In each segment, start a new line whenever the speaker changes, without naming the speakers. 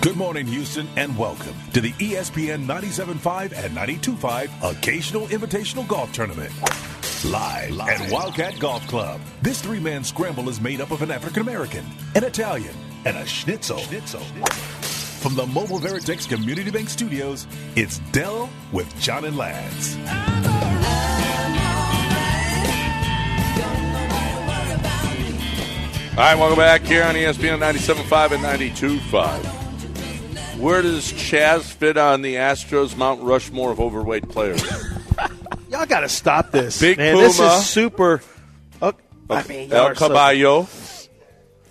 Good morning, Houston, and welcome to the E ESPN 97.5 and 92.5 Occasional Invitational Golf Tournament. Live, at Wildcat Golf Club, this three man scramble is made up of an African American, an Italian, and a schnitzel. From the Mobile Veritex Community Bank Studios, it's Dell with John and Lads.
All right, welcome back here on E ESPN 97.5 and 92.5. Where does Chaz fit on the Astros Mount Rushmore of overweight players?
Y'all got to stop this.
Big
man,
Puma.
this is super. Oh, I mean, y'all
El
are so-
Caballo.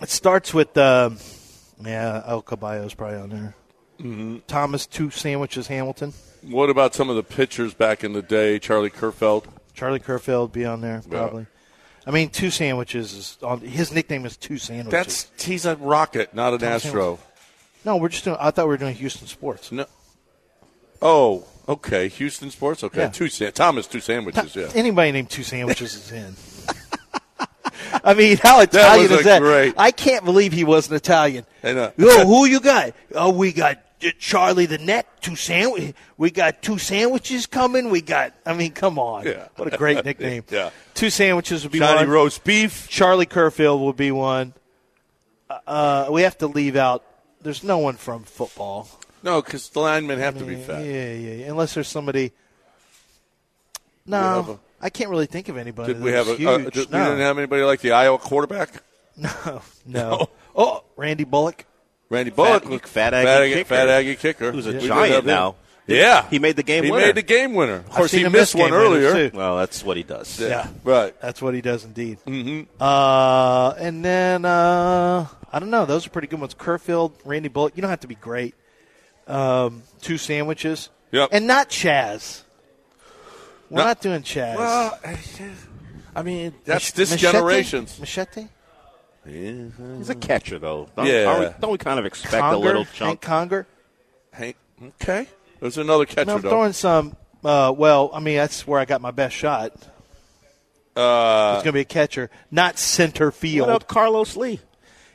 it starts with, um, yeah, El Caballo's probably on there.
Mm-hmm.
Thomas, two sandwiches, Hamilton.
What about some of the pitchers back in the day? Charlie Kerfeld.
Charlie Kerfeld be on there, probably. I mean, two sandwiches is on. His nickname is Two Sandwiches.
That's he's a rocket, not an Astro.
no, we're just doing. I thought we were doing Houston sports.
No. Oh, okay. Houston sports. Okay,
Yeah.
two sa- Thomas two sandwiches. Yeah.
Anybody named Two Sandwiches is in. I mean, how
That
Italian
was a
is that?
great-
I can't believe he was an Italian.
I know.
Yo, who you got? Oh, we got uh, Charlie the Net. Two sandwich. We got two sandwiches coming. We got. I mean, come on.
Yeah.
What a great nickname.
Yeah.
Two sandwiches would be
Johnny
one.
roast beef.
Charlie Kerfield will be one. Uh, we have to leave out. There's no one from football.
No, because the linemen have to be
Yeah,
fat.
yeah, yeah. Unless there's somebody.
have a-
No, I I can't really think of anybody.
Did we
that
have
was
a? uh,
huge.
did-
no.
We didn't have anybody like the Iowa quarterback.
no, no. Oh, Randy Bullock.
Randy Bullock,
Fat-
was-
Fat Aggie kicker.
Fat Aggie kicker,
Who's a
We did
giant
have him.
now.
Yeah,
He made the game
He
winner.
made the game winner. Of course,
seen
he
him
missed
miss
one
game winners,
earlier.
too.
Well, that's what he does.
Yeah.
Right.
That's what he does indeed. Mm-hmm. Uh, and then uh, I don't know. Those are pretty good ones. Kerfield, Randy Bullock. You don't have to be great. Um, two sandwiches.
Yep.
And not Chaz. We're
No.
not doing Chaz.
Well, I mean, that's
Mach-
this
Machete?
generation's.
Machete?
He's a catcher, though. Don't,
Yeah.
Don't we, don't we kind of expect a
Conger?
little
Hank
chunk?
Conger?
Hank, okay, there's another catcher
No, I'm
though.
throwing some. Uh, well, I mean, that's where I got my best shot. Uh, it's going to be a catcher, not center
What
field.
up, Carlos Lee?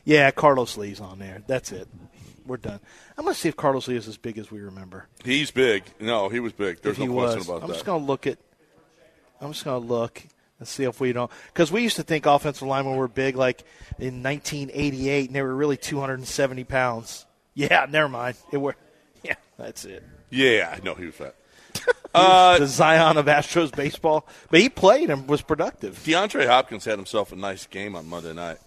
Yeah, Carlos Lee's on there. That's it. We're done. I'm going to see if Carlos Lee is as big as we remember.
He's big. No, he was big. There's
if he
no
was,
question about
I'm
that.
just going to look at. I'm just going to look and see if we don't. Because we used to think offensive linemen were big, like in 1988, and they were really 270 pounds. Yeah, never mind. It were. Yeah, that's it.
yeah, no, he was fat. Uh,
the Zion of Astros baseball. But he played and was productive.
DeAndre Hopkins had himself a nice game on Monday night.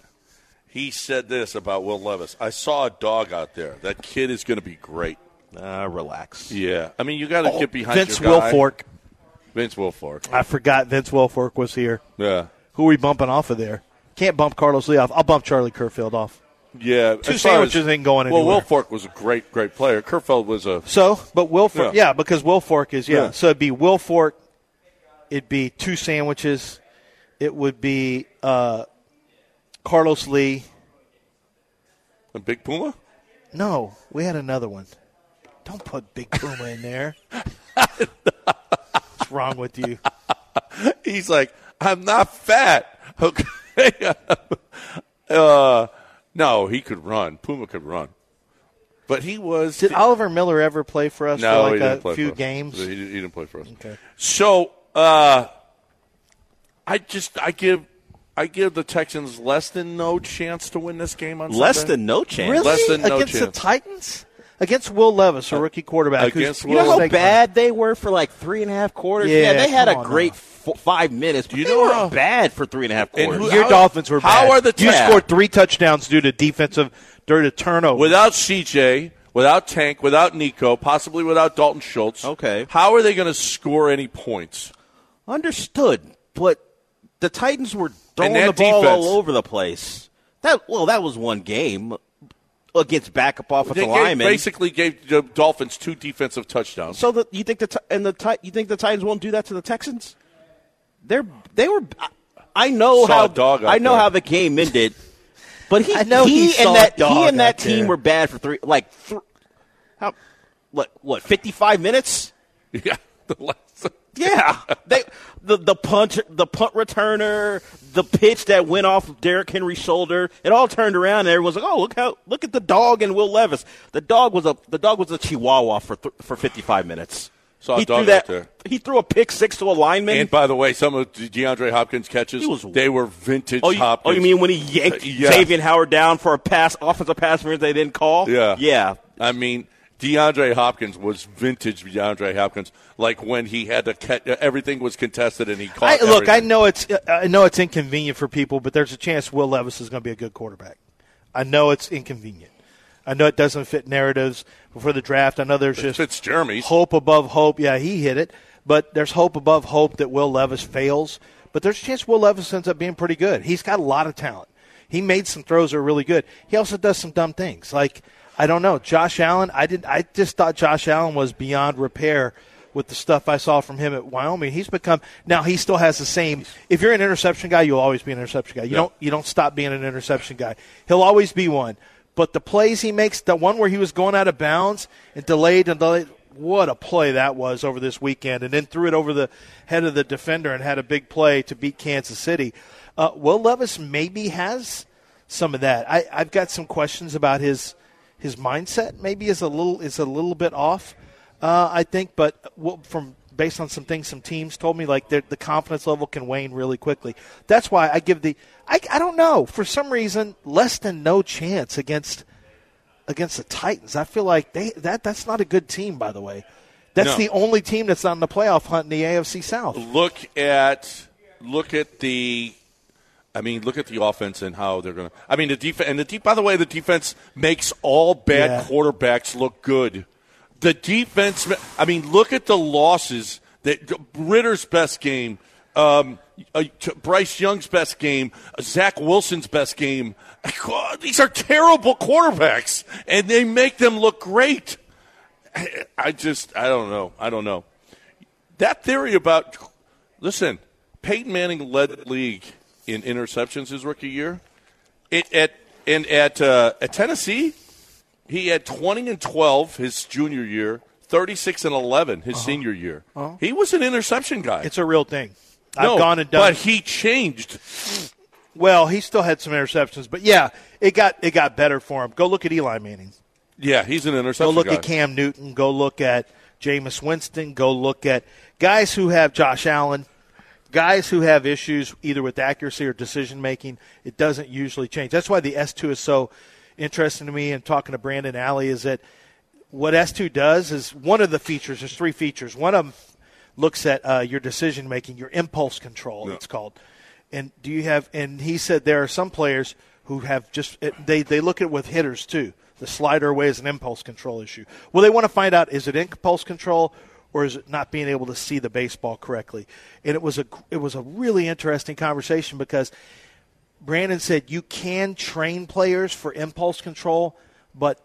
He said this about Will Levis. I saw a dog out there. That kid is going to be great.
Uh, relax.
Yeah, I mean, you got to
Oh,
get behind
Oh, Vince
your guy.
Wilfork.
Vince Wilfork.
I forgot Vince Wilfork was here.
Yeah,
Who are we bumping off of there? Can't bump Carlos Lee off. I'll bump Charlie Kerfield off.
Yeah,
Two
as far
sandwiches ain't going
Well,
anywhere.
Wilfork was a great, great player. Kerfeld was a
So, but Wilfork,
Yeah.
yeah, because Wilfork is, yeah.
Yeah.
So it'd be Wilfork. It'd be two sandwiches. It would be uh, Carlos Lee.
a big Puma.
No, we had another one. Don't put Big Puma in there. What's wrong with you?
He's like, I'm not fat. Okay. uh, no, he could run. Puma could run, but he was.
Did Oliver Miller ever play for us
no,
for
he
like
didn't
a
play
few
for us.
games?
He, didn't- he didn't play for us.
Okay.
So, uh, I just I give I give the Texans less than no chance to win this game on
Less
Sunday.
than no chance.
Really?
Less than no
against the
chance.
Titans? Against Will Levis, a rookie quarterback. who's-
Against
You know
Will
how
Levis.
bad they were for like three and a half quarters?
Yeah,
they had
come
a
on
great f- five minutes. But
You
you
know
know
how-
bad for three and a half
And
quarters.
who-
Your
How-
Dolphins were
how
bad.
are the
You
Titans-
scored three touchdowns due to defensive, due to turnover.
without CJ, without Tank, without Nico, possibly without Dalton Schultz.
Okay.
How are they going to score any points?
Understood, but the Titans were throwing
that
the ball
defense.
all over the place. That well, that was one game against backup
They
offensive
gave-
linemen.
basically gave the Dolphins two defensive touchdowns.
So the, you think the Ti- and the Ti- you think the Titans won't do that to the Texans? They're they were. I- I know
Saw
how
a dog out
I know
there.
how the game ended, but he
I know he saw a
and that
dog
he and that
out there.
team were bad for three like thr how what what fifty five minutes.
yeah, the last
Yeah, they the the punt the punt returner, the pitch that went off Derrick Henry's shoulder, it all turned around and everyone's like, "Oh, look how look at the dog and Will Levis." The dog was a the dog was a Chihuahua for th- for 55 minutes.
Saw a
he
dog
threw that
out there.
he threw a pick six to a lineman.
And by the way, some of De- DeAndre Hopkins catches,
He was-
they were vintage
Oh you,
Hopkins.
oh, you mean when he yanked
Uh, yeah.
Xavier Howard down for a pass, offensive pass interference they didn't call?
Yeah.
yeah.
I mean, DeAndre Hopkins was vintage DeAndre Hopkins, like when he had to catch, everything was contested and he caught
I, look, I
everything.
know it's uh, I know it's inconvenient for people, but there's a chance Will Levis is going to be a good quarterback. I know it's inconvenient. I know it doesn't fit narratives before the draft. I know there's just
fits Jeremy's.
hope above hope. Yeah, he hit it, but there's hope above hope that Will Levis fails. But there's a chance Will Levis ends up being pretty good. He's got a lot of talent. He made some throws that are really good. He also does some dumb things. Like I don't know, Josh Allen. I didn't. I just thought Josh Allen was beyond repair with the stuff I saw from him at Wyoming. He's become now he still has the same. If you're an interception guy, you'll always be an interception guy. You don't you don't stop being an interception guy. He'll always be one. But the plays he makes, the one where he was going out of bounds and delayed and delayed, what a play that was over this weekend, and then threw it over the head of the defender and had a big play to beat Kansas City. Uh, Will Levis maybe has some of that. I, I've got some questions about his his mindset. Maybe is a little is a little bit off. Uh, I think, but well, from based on some things some teams told me, like their- the confidence level can wane really quickly. That's why I give the I, I don't know for some reason less than no chance against against the Titans. I feel like they that that's not a good team. By the way, that's
No.
the only team that's not in the playoff hunt in the AFC South.
look at look at the I mean, look at the offense and how they're going to. I mean, the defense and the deep. By the way, the defense makes all bad
Yeah.
quarterbacks look good. The defense. I mean, look at the losses. That Ritter's best game, um, uh, t- Bryce Young's best game, Zach Wilson's best game. God, These are terrible quarterbacks, and they make them look great. I just, I don't know. I don't know. That theory about, listen, Peyton Manning led the league in interceptions his rookie year. It, at and at uh, at Tennessee, he had twenty and twelve his junior year, thirty six and eleven his senior year. He was an interception guy.
Uh-huh. It's a real thing.
no,
I've gone and done.
but he changed.
well, he still had some interceptions, but yeah, it got it got better for him. Go look at Eli Manning.
Yeah, he's an
Go
interception
look
guy.
at Cam Newton. Go look at Jameis Winston. Go look at guys who have Josh Allen. Guys who have issues either with accuracy or decision making, it doesn't usually change. That's why the S2 is so interesting to me. And talking to Brandon Alley is that what S2 does is one of the features, there's three features. One of them looks at uh, your decision making, your impulse control, it's called. And do you have, and he said there are some players who have just, it- they, they look at it with hitters too. The slider away is an impulse control issue. Well, they want to find out is it impulse control or is it not being able to see the baseball correctly? And it was a, it was a really interesting conversation because Brandon said you can train players for impulse control, but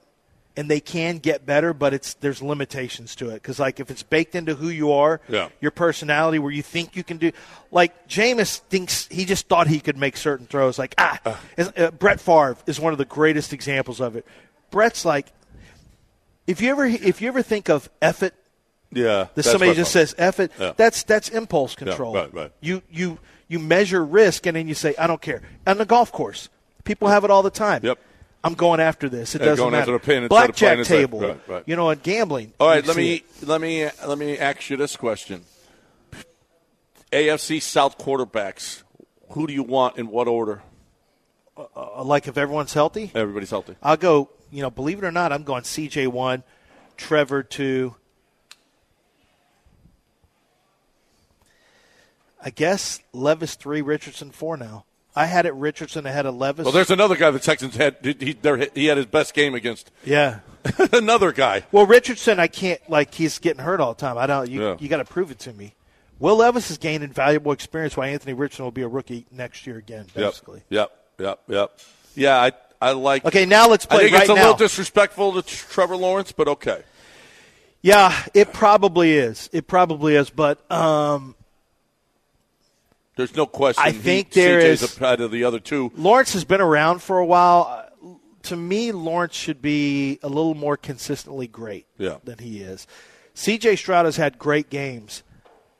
and they can get better, but it's there's limitations to it because like if it's baked into who you are,
Yeah.
your personality, where you think you can do, like Jameis thinks he just thought he could make certain throws. Like ah, As- uh, Brett Favre is one of the greatest examples of it. Brett's like, if you ever if you ever think of F it
yeah,
that
that's
somebody
what-
just says "eff it."
Yeah.
That's that's impulse control.
right, right.
You you you measure risk and then you say, "I don't care." On the golf course, people have it all the time.
Yep.
I'm going after this. It
Yeah,
doesn't
going after
matter.
the pin instead of playing
Blackjack
instead.
table.
Right, right.
You know, and gambling.
All right,
you
let
see
me
it.
let me let me ask you this question: AFC South quarterbacks, who do you want in what order?
Uh, Like if everyone's healthy,
Everybody's healthy.
I'll go. You know, believe it or not, I'm going CJ one, Trevor two. I guess Levis three, Richardson four. Now I had it Richardson ahead of Levis.
Well, there's another guy the Texans had. He, he, their- he had his best game against
yeah.
another guy.
Well, Richardson, I can't like he's getting hurt all the time. I don't. You
Yeah.
you got to prove it to me. Will Levis is gaining valuable experience while Anthony Richardson will be a rookie next year again, basically.
Yep, yep, yep, yep. Yeah, I I like.
Okay, now let's
I
play
think
right
it's a
now.
little disrespectful to Tr- Trevor Lawrence, but okay.
yeah, it probably is. It probably is. But um,
There's no question.
I think there
CJ's
is-
a part of the other two.
Lawrence has been around for a while. Uh, To me, Lawrence should be a little more consistently great
Yeah.
than he is. C.J. Stroud has had great games.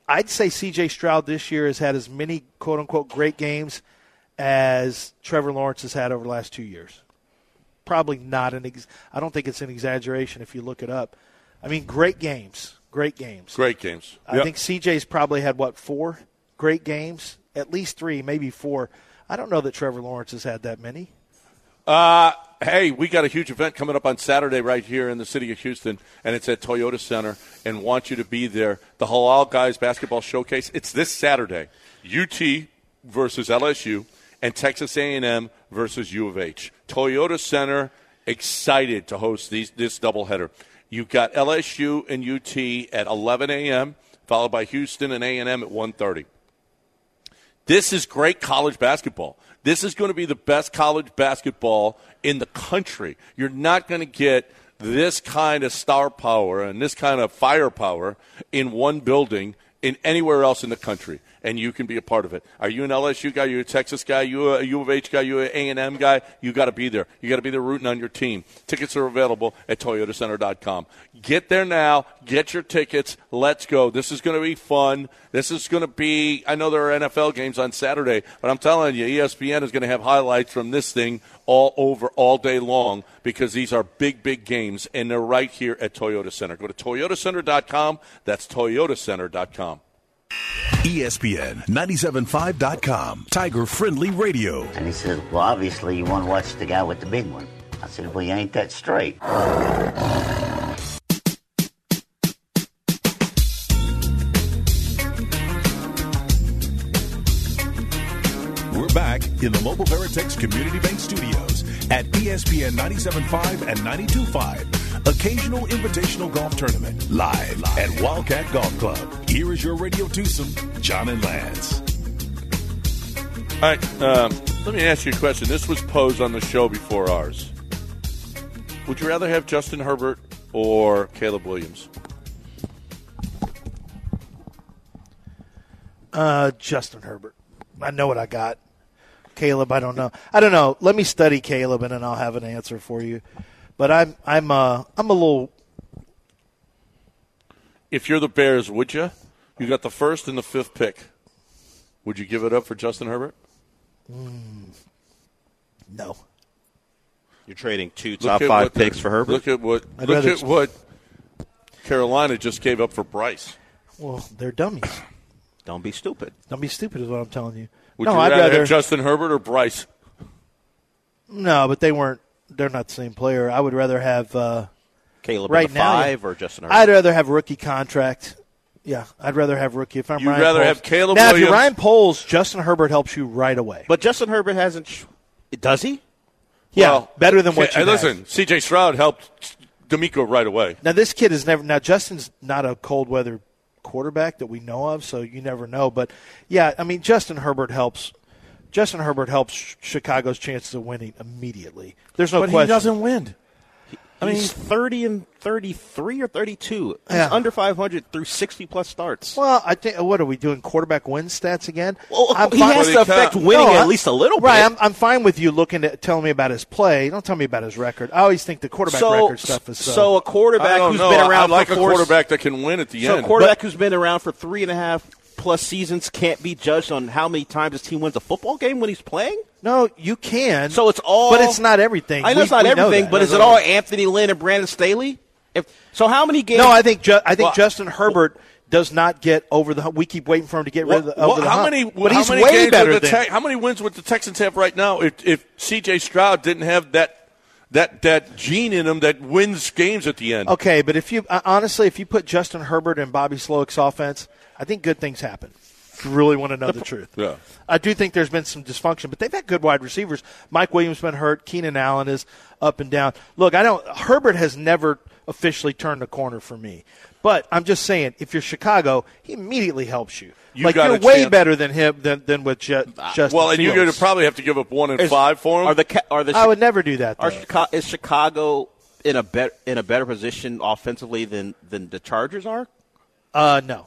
I'd say C.J. Stroud this year has had as many quote unquote great games as Trevor Lawrence has had over the last two years. Probably not an. Ex- I don't think it's an exaggeration if you look it up. I mean, great games, great games.
Great games.
I think CJ's probably had what four great games, at least three, maybe four. I don't know that Trevor Lawrence has had that many.
Uh, hey, we got a huge event coming up on Saturday right here in the city of Houston, and it's at Toyota Center, and want you to be there. The Halal Guys Basketball Showcase. It's this Saturday. UT versus LSU, and Texas A&M versus U of H. Toyota Center excited to host these, this doubleheader. You've got LSU and UT at 11 a.m., followed by Houston and A&M at 1:30. This is great college basketball. This is going to be the best college basketball in the country. You're not going to get this kind of star power and this kind of firepower in one building in anywhere else in the country, and you can be a part of it. Are you an LSU guy? Are you a Texas guy? You a U of H guy? You a A and M guy? You got to be there. You got to be there rooting on your team. Tickets are available at ToyotaCenter.com. Get there now. Get your tickets. Let's go. This is going to be fun. This is going to be. I know there are NFL games on Saturday, but I'm telling you, E ESPN is going to have highlights from this thing all over all day long because these are big, big games, and they're right here at Toyota Center. Go to ToyotaCenter.com. That's ToyotaCenter.com.
E ESPN 975.com. Tiger Friendly Radio.
And he says, Well, obviously, you want to watch the guy with the big one. I said, Well, you ain't that straight.
We're back in the Mobile Veritex Community Bank Studios at E ESPN 975 and 925. Occasional invitational golf tournament live, at Wildcat Golf Club. Here is your radio twosome, John and Lance.
All right, um, let me ask you a question. This was posed on the show before ours. Would you rather have Justin Herbert or Caleb Williams?
Uh, Justin Herbert. I know what I got. Caleb, I don't know. I don't know. Let me study Caleb, and then I'll have an answer for you. But I'm I'm uh I'm a little
If you're the Bears, would you? You got the first and the fifth pick. Would you give it up for Justin Herbert?
no.
You're trading two
Look
top
at
five
what they're-
picks for Herbert.
Look at what
I'd
look
rather-
at what Carolina just gave up for Bryce.
Well, they're dummies.
Don't be stupid.
Don't be stupid, is what I'm telling you.
Would
no,
you
I'd
rather,
rather
have Justin Herbert or Bryce?
no, but they weren't. They're not the same player. I would rather have uh,
Caleb
right
with a
now
five or Justin Herbert.
I'd rather have rookie contract. Yeah, I'd rather have rookie. If I'm
You'd
Ryan
rather
Poles-
have Caleb
now. If
Williams-
you're Ryan Poles, Justin Herbert helps you right away.
but Justin Herbert hasn't. Sh- does he?
yeah,
Well,
better than what
Hey,
you have.
listen, C.J. Stroud helped D'Amico right away.
Now this kid is never. Now Justin's not a cold weather quarterback that we know of, so you never know. But yeah, I mean Justin Herbert helps. Justin Herbert helps Ch- Chicago's chances of winning immediately. There's no question.
win.
I mean, he's thirty and thirty-three or thirty-two. He's
Yeah.
under five hundred through sixty-plus starts.
Well, I think what are we doing? Quarterback win stats again?
Well,
I'm
he
fine-
has
Well,
to
they
affect
can't-
winning
No, I-
at least a little bit.
Right, I'm, I'm fine with you looking at telling me about his play. Don't tell me about his record. I always think the quarterback record stuff is uh, so.
so a
I
quarterback
don't
who's
know.
been around
I like
for
a
four-
quarterback that can win at the
So a
end.
quarterback who's been around for three and a half plus seasons can't be judged on how many times his team wins a football game when he's playing.
no, you can.
So it's all,
but it's not everything.
I know
We-
it's not
we
everything,
that.
but is it all Anthony Lynn and Brandon Staley? If so, how many games?
No, I think Ju- I think
Well,
Justin Herbert does not get over the. hump. We keep waiting for him to get rid of the.
What-
over the
how
hump.
many?
But
how
he's
many
way
games
better
would the
than.
Tex- how many wins would the Texans have right now if, if C.J. Stroud didn't have that that that gene in him that wins games at the end?
okay, but if you uh, honestly, if you put Justin Herbert and Bobby Slowick's offense, I think good things happen. If you really want to know the, truth,
Yeah.
I do think there's been some dysfunction, but they've had good wide receivers. Mike Williams been hurt. Keenan Allen is up and down. Look, I don't. Herbert has never officially turned the corner for me. But I'm just saying, if you're Chicago, he immediately helps you.
You
like
got
you're
a
way
chance. Uh,
better than him than than with Ju- Justin.
Well, and you're
Fields.
going to probably have to give up one and
Is-
five for him.
Are the Ca- are the
I would never do that.
are
though.
Chica- is Chicago in a better in a better position offensively than than the Chargers are?
Uh, no.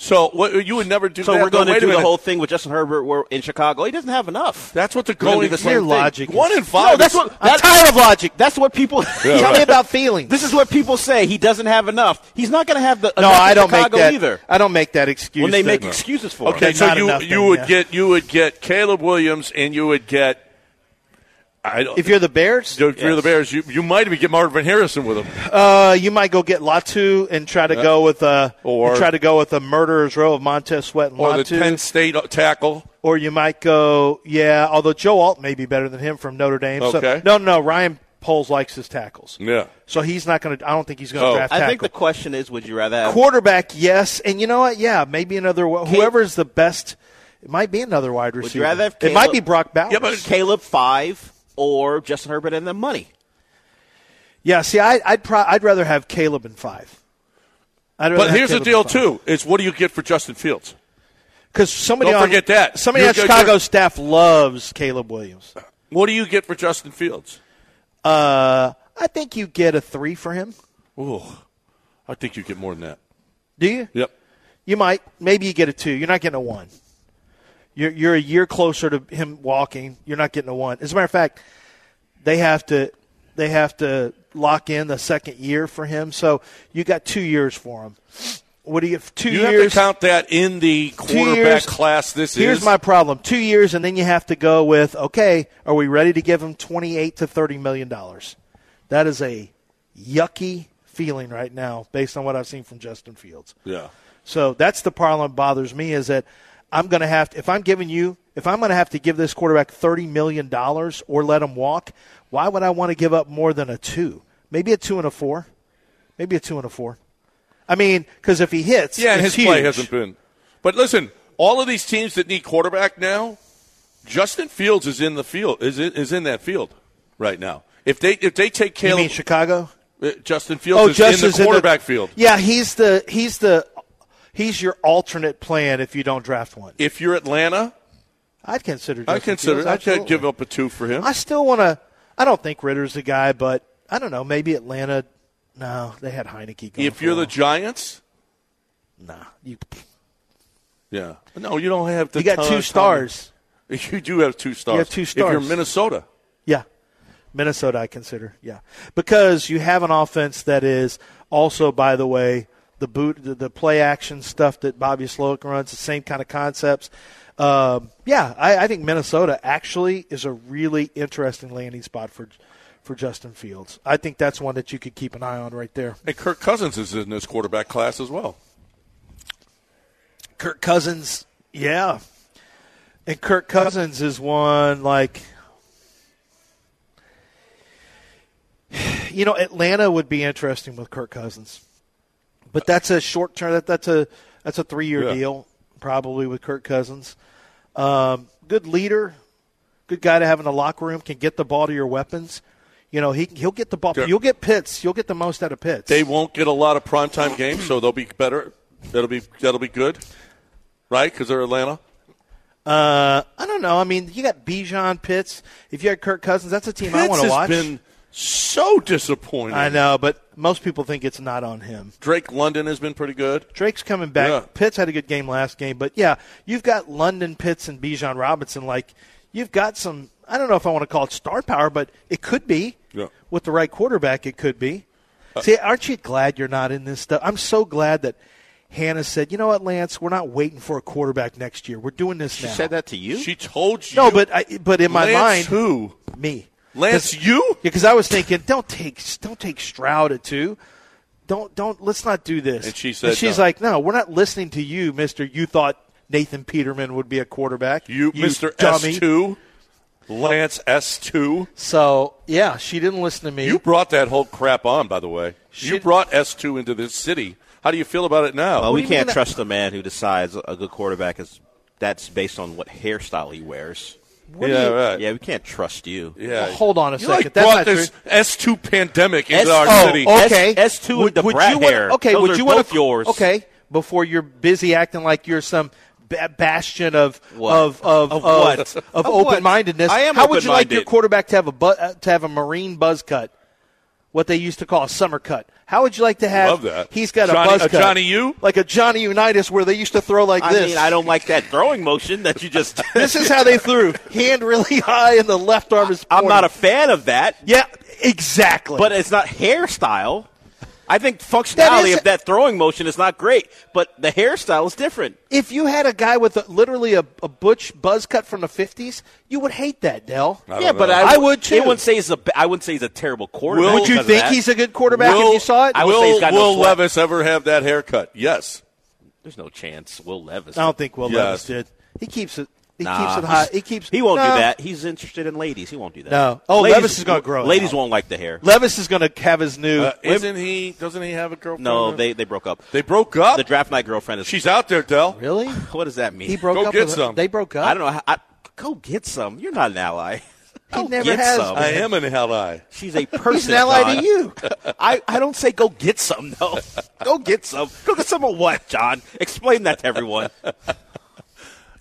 So what, you would never do
So
that.
we're
But
going to
wait a
do the
minute.
whole thing with Justin Herbert where- in Chicago. He doesn't have enough.
That's what the
We're gonna do
going
the same
Your
thing.
logic.
One in five.
No, that's
is-
what
I'm
that's,
tired of logic.
That's what people
Yeah,
Tell
right.
me about feelings.
This is what people say. He doesn't have enough. He's not going to have the
no,
enough
I
in
don't
Chicago
make that.
either.
I don't make that excuse.
When they
that-
make excuses for
Okay,
him.
so
not
you
enough
you
then,
would
yeah.
get you would get Caleb Williams and you would get. I don't,
if you're the Bears,
if you're the Bears, you, you might even get Marvin Harrison with him.
uh, you might go get Latu and try to go with a
Or-
or try to go with a murderer's row of Montez Sweat and
Or the
Latu,
Penn State tackle.
or you might go yeah. Although Joe Alt may be better than him from Notre Dame.
Okay.
So, no, no, no. Ryan Poles likes his tackles.
Yeah.
So he's not going to. I don't think he's going to
Oh.
draft.
I think
tackle.
the question is, would you rather have
quarterback, yes, and you know what? Yeah, maybe another whoever's the best. It might be another wide receiver.
you rather have
it might
Caleb-
be Brock Bowers.
Yeah, but-
Caleb five or Justin Herbert and the money?
Yeah, see, I, I'd pro- I'd rather have Caleb in five. I'd rather
But
have
here's the
Caleb in
deal
five.
too: is what do you get for Justin Fields?
Because somebody
Don't
on,
forget that.
somebody
You
on
go-
Chicago's staff loves Caleb Williams.
What do you get for Justin Fields?
Uh, I think you get a three for him.
Ooh, I think you get more than that.
Do you?
Yep.
You might. Maybe you get a two. You're not getting a one. You're you're a year closer to him walking. You're not getting a one. As a matter of fact, they have to they have to lock in the second year for him. So you got two years for him. What do you two
You have
years?
to count that in the
two
quarterback
years-
class. This
here's
is
my problem. Two years, and then you have to go with okay. Are we ready to give him twenty eight to thirty million dollars? That is a yucky feeling right now, based on what I've seen from Justin Fields.
yeah.
So that's the problem that bothers me is that I'm going to have to, if I'm giving you, if I'm going to have to give this quarterback $30 million or let him walk, why would I want to give up more than a two? Maybe a two and a four. Maybe a two and a four. I mean, because if he hits,
Yeah, and
it's
his play
huge.
hasn't been. But listen, all of these teams that need quarterback now, Justin Fields is in the field is in, is in that field right now. If they if they take
You
Caleb,
mean Chicago? Oh,
uh, Justin Fields is
Justin's
in the quarterback field.
Yeah, he's the, he's the, he's your alternate plan if you don't draft one.
If you're Atlanta,
I'd consider. Justin
I consider
Fields,
I could
absolutely.
give up a two for him.
I still want to. I don't think Ritter's the guy, but I don't know. Maybe Atlanta. No, they had Heineke. Going
if you're the Giants,
the nah, you,
yeah, no, you don't have the
you got
time-
two
time-
stars.
You do have two stars.
two
If you're
stars.
Minnesota,
Yeah, Minnesota. I consider. Yeah, because you have an offense that is also, by the way, the boot, the, the play action stuff that Bobby Slowick runs, the same kind of concepts. Um, yeah, I, I think Minnesota actually is a really interesting landing spot for for Justin Fields. I think that's one that you could keep an eye on right there.
and Kirk Cousins is in this quarterback class as well.
Kirk Cousins, yeah. And Kirk Cousins is one like you know, Atlanta would be interesting with Kirk Cousins. But that's a short term that, that's a that's a three year
Yeah.
deal probably with Kirk Cousins. Um, good leader, good guy to have in the locker room, can get the ball to your weapons. You know, he he'll get the ball.
Sure.
You'll get Pitts. You'll get the most out of Pitts.
They won't get a lot of primetime games, so they'll be better. That'll be that'll be good, right? Because they're Atlanta.
Uh, I don't know. I mean, you got Bijan Pitts. If you had Kirk Cousins, that's a team I
Pitts
want to
has
watch.
been so disappointing.
I know, but most people think it's not on him.
Drake London has been pretty good.
Drake's coming back.
Yeah.
Pitts had a good game last game, but yeah, you've got London Pitts and Bijan Robinson. Like, you've got some. I don't know if I want to call it star power, but it could be.
Yeah. Uh,
With the right quarterback, it could be. See, aren't you glad you're not in this stuff? I'm so glad that Hannah said, "You know what, Lance? We're not waiting for a quarterback next year. We're doing this now."
Said that to you.
She told you.
No, but I, but in my mind,
Lance who?
me.
Lance,
'Cause-
you?
Yeah, because I was thinking, don't take don't take Stroud at two. Don't don't let's not do this.
And she said
she's
no.
like, no, we're not listening to you, Mister. You thought Nathan Peterman would be a quarterback,
You, Mr.
dummy.
S2, Lance S2.
So yeah, she didn't listen to me.
You brought that whole crap on, by the way. you
She-
brought S2 into this city. How do you feel about it now?
Well, we
do you
can't
mean?
trust a man who decides a good quarterback is that's based on what hairstyle he wears.
What
yeah,
do you-
right.
Yeah, we can't trust you.
Yeah.
Well, hold on a
you
second.
Like
That's
brought
not
this
true.
S2 pandemic into
S-
our
oh,
city.
oh.
Okay,
S- S2
Would-
with the
would
brat
you wanna-
hair.
Okay,
Those
would
are
you want
both yours.
Okay, before you're busy acting like you're some ba- bastion of
What?
of of
Of
of,
what? Of what?
open mindedness.
I am
How would you like
open-minded.
your quarterback to have a bu- uh, to have a marine buzz cut? what they used to call a summer cut. How would you like to have?
Love that.
He's got
Johnny-
a buzz
a
cut,
Johnny U?
like a Johnny Unitas, where they used to throw like
I
this.
mean, I don't like that throwing motion that you just.
This is how they threw: hand really high, and the left arm is.
I'm not a
pointed.
fan of that,
yeah, exactly.
but it's not hairstyle. I think functionality
That is-
of that throwing motion is not great, but the hairstyle is different.
if you had a guy with a, literally a, a butch buzz cut from the '50s, you would hate that, Dell.
I don't
yeah, but
know.
I,
I would too.
It wouldn't say he's a. ba- I wouldn't say he's a terrible quarterback.
Will-
Would you
because of
think
that.
he's a good quarterback if you saw it?
I would
will
say he's got no
Will
flaw.
Levis ever have that haircut? Yes.
There's no chance. Will Levis.
I don't think Will
Yes.
Levis did. He keeps it. He
Nah.
keeps it hot. He keeps.
He won't
No.
do that. He's interested in ladies. He won't do that.
No. Oh,
ladies,
Levis is gonna grow it
Ladies
out.
won't like the hair.
Levis is going to have his new.
Uh, isn't he? Doesn't he have a girlfriend?
No, they they broke up.
they broke up.
the draft night girlfriend is.
She's out there, Dell.
really?
What does that mean?
He broke
Go
up.
get
with,
some.
They broke up.
I don't know. How, I, go get some. You're not an ally. Go
never
get
has
some.
I am an ally.
She's a person.
He's an ally
John.
to you.
I, I don't say go get some. No, go get some. Go get some of what, John? Explain that to everyone.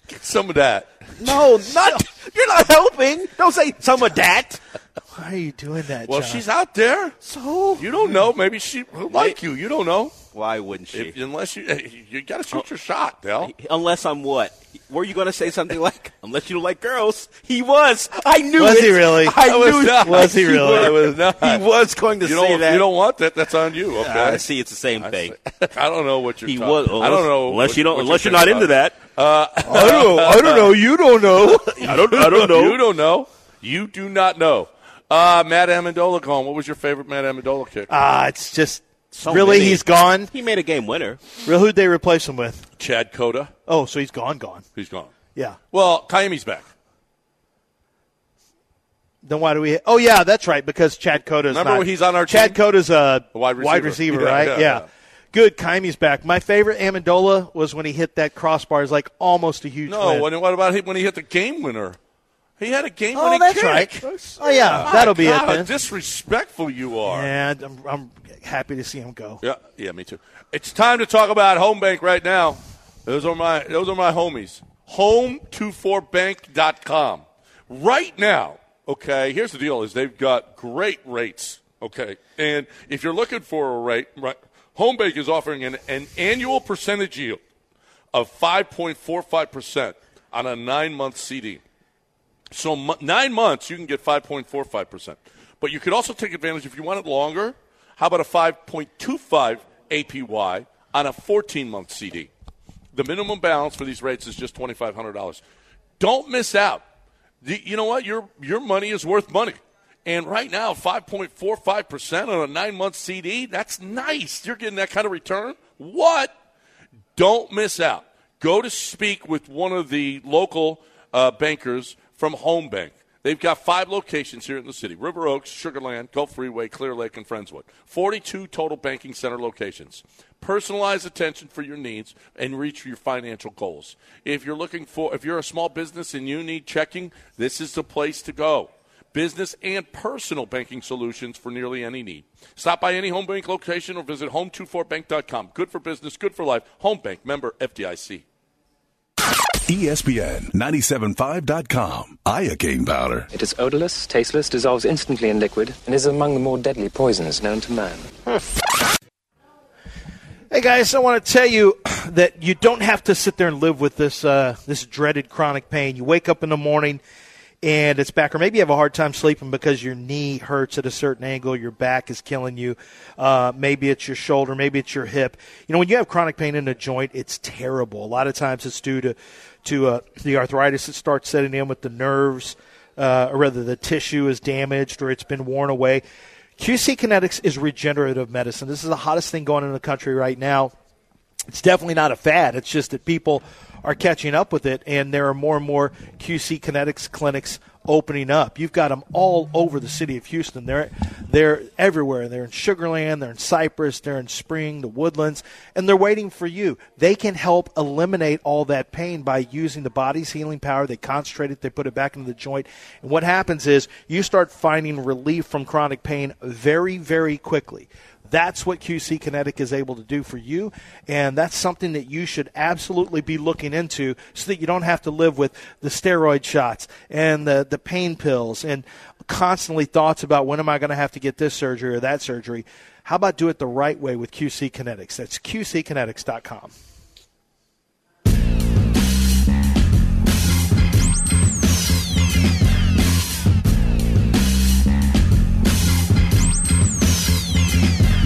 Get some of that.
No, not you're not helping. Don't say some of that.
Why are you doing that?
Well,
John?
she's out there.
so.
You don't know. Maybe she will like you. You don't know.
Why wouldn't she?
If, unless you, you got to
Oh.
shoot your shot, Dell.
Unless I'm what? Were you going to say something like, unless you don't like girls? He was. I knew
Was
it.
he really?
I
I was
knew
not.
Was he really?
I was not.
He was going to
You
say
don't.
that.
You don't want that. That's on you. Okay.
I see. It's the same
I
thing.
see. I don't know what you're.
He
talking-
was. oh,
I don't know.
Unless
what-
you don't.
what
Unless you're not
thinking
into
about.
that.
I don't know. I don't know. You don't know.
I don't. I don't know. you don't know. You do not know. Uh, Matt Amendola gone. What was your favorite Matt Amendola kick?
Uh,
Ah, it's just.
So
really,
many.
he's gone.
He made a game winner.
Real, who'd they replace him with?
Chad Cota.
Oh, so he's gone, gone.
He's gone.
Yeah.
Well, Kaime's back.
Then why do we? Oh yeah, that's right. Because Chad Coda's
Remember
not,
when he's on our
Chad
team?
Coda's a
A wide receiver.
receiver,
Yeah,
right?
yeah,
Yeah.
yeah.
Good. Kymie's back. My favorite Amendola was when he hit that crossbar. It's like almost a huge.
No.
win.
When, what about him when he hit the game winner? He had a game
oh,
winning
that's
kick.
right. Oh yeah,
My
that'll be
God, How
it then.
disrespectful you are.
And I'm, I'm happy to see him go.
Yeah, yeah, me too. It's time to talk about Home Bank right now. Those are my those are my homies. Home24bank.com. Right now, okay, here's the deal is they've got great rates, okay? And if you're looking for a rate, right, Home Bank is offering an, an annual percentage yield of 5.45% on a 9-month CD. So m- nine months, you can get 5.45%. But you could also take advantage if you want it longer. How about a 5.25 APY on a 14 month CD? The minimum balance for these rates is just $2,500. Don't miss out. The- you know what? Your, your money is worth money. And right now, 5.45% on a nine month CD, that's nice. You're getting that kind of return. What? Don't miss out. Go to speak with one of the local uh, bankers from Home Bank. They've got five locations here in the city River Oaks, Sugar Land, Gulf Freeway, Clear Lake, and Friendswood. 42 total banking center locations. Personalized attention for your needs and reach your financial goals. If you're looking for, if you're a small business and you need checking, this is the place to go business and personal banking solutions for nearly any need. Stop by any Home Bank location or visit home24bank.com. Good for business, good for life. Home Bank, member FDIC.
E ESPN 975.com. Aya Cane Powder.
It is odorless, tasteless, dissolves instantly in liquid, and is among the more deadly poisons known to man.
Hey guys, I want to tell you that you don't have to sit there and live with this uh, this dreaded chronic pain. You wake up in the morning and it's back, or maybe you have a hard time sleeping because your knee hurts at a certain angle, your back is killing you. Uh, maybe it's your shoulder, maybe it's your hip. You know, when you have chronic pain in a joint, it's terrible. A lot of times it's due to to uh, the arthritis that starts setting in with the nerves, uh, or rather the tissue is damaged or it's been worn away. QC Kinetics is regenerative medicine. This is the hottest thing going on in the country right now. It's definitely not a fad. It's just that people are catching up with it, and there are more and more QC Kinetics clinics opening up. You've got them all over the city of Houston. They're they're everywhere. They're in Sugar Land. They're in Cypress, they're in Spring, the Woodlands, and they're waiting for you. They can help eliminate all that pain by using the body's healing power. They concentrate it, they put it back into the joint. And what happens is you start finding relief from chronic pain very, very quickly. That's what QC Kinetic is able to do for you, and that's something that you should absolutely be looking into so that you don't have to live with the steroid shots and the, the pain pills and constantly thoughts about when am I going to have to get this surgery or that surgery. How about do it the right way with QC Kinetics? That's qckinetics.com.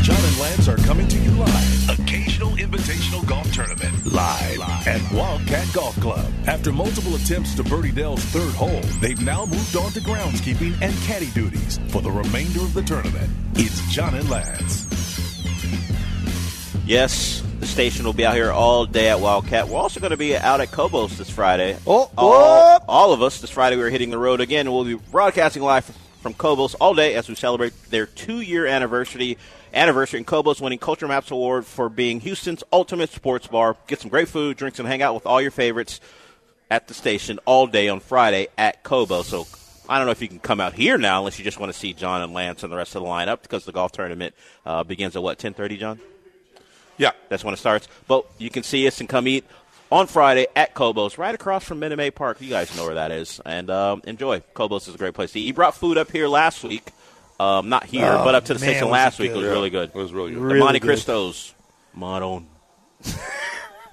John and Lance are coming to you live. Occasional Invitational Golf Tournament. Live, at Wildcat Golf Club. After multiple attempts to birdie Dell's third hole, they've now moved on to groundskeeping and caddy duties for the remainder of the tournament. It's John and Lance.
Yes, the station will be out here all day at Wildcat. We're also going to be out at Cobos this Friday.
Oh,
all, all of us this Friday we're hitting the road again. We'll be broadcasting live from Cobos all day as we celebrate their two-year anniversary. Anniversary and Cobos winning Culture Maps Award for being Houston's ultimate sports bar. Get some great food, drinks, and hang out with all your favorites at the station all day on Friday at Kobo. So I don't know if you can come out here now unless you just want to see John and Lance and the rest of the lineup because the golf tournament uh, begins at what 10:30, John.
Yeah.
That's when it starts. But you can see us and come eat on Friday at Kobo's, right across from Minute Maid Park. You guys know where that is. And um, enjoy. Kobo's is a great place to eat. You brought food up here last week. Um, not here, but up to the
man,
station
was it
last week.
good.
It was really good.
It was really good.
The Monte
good.
Cristo's. Maron.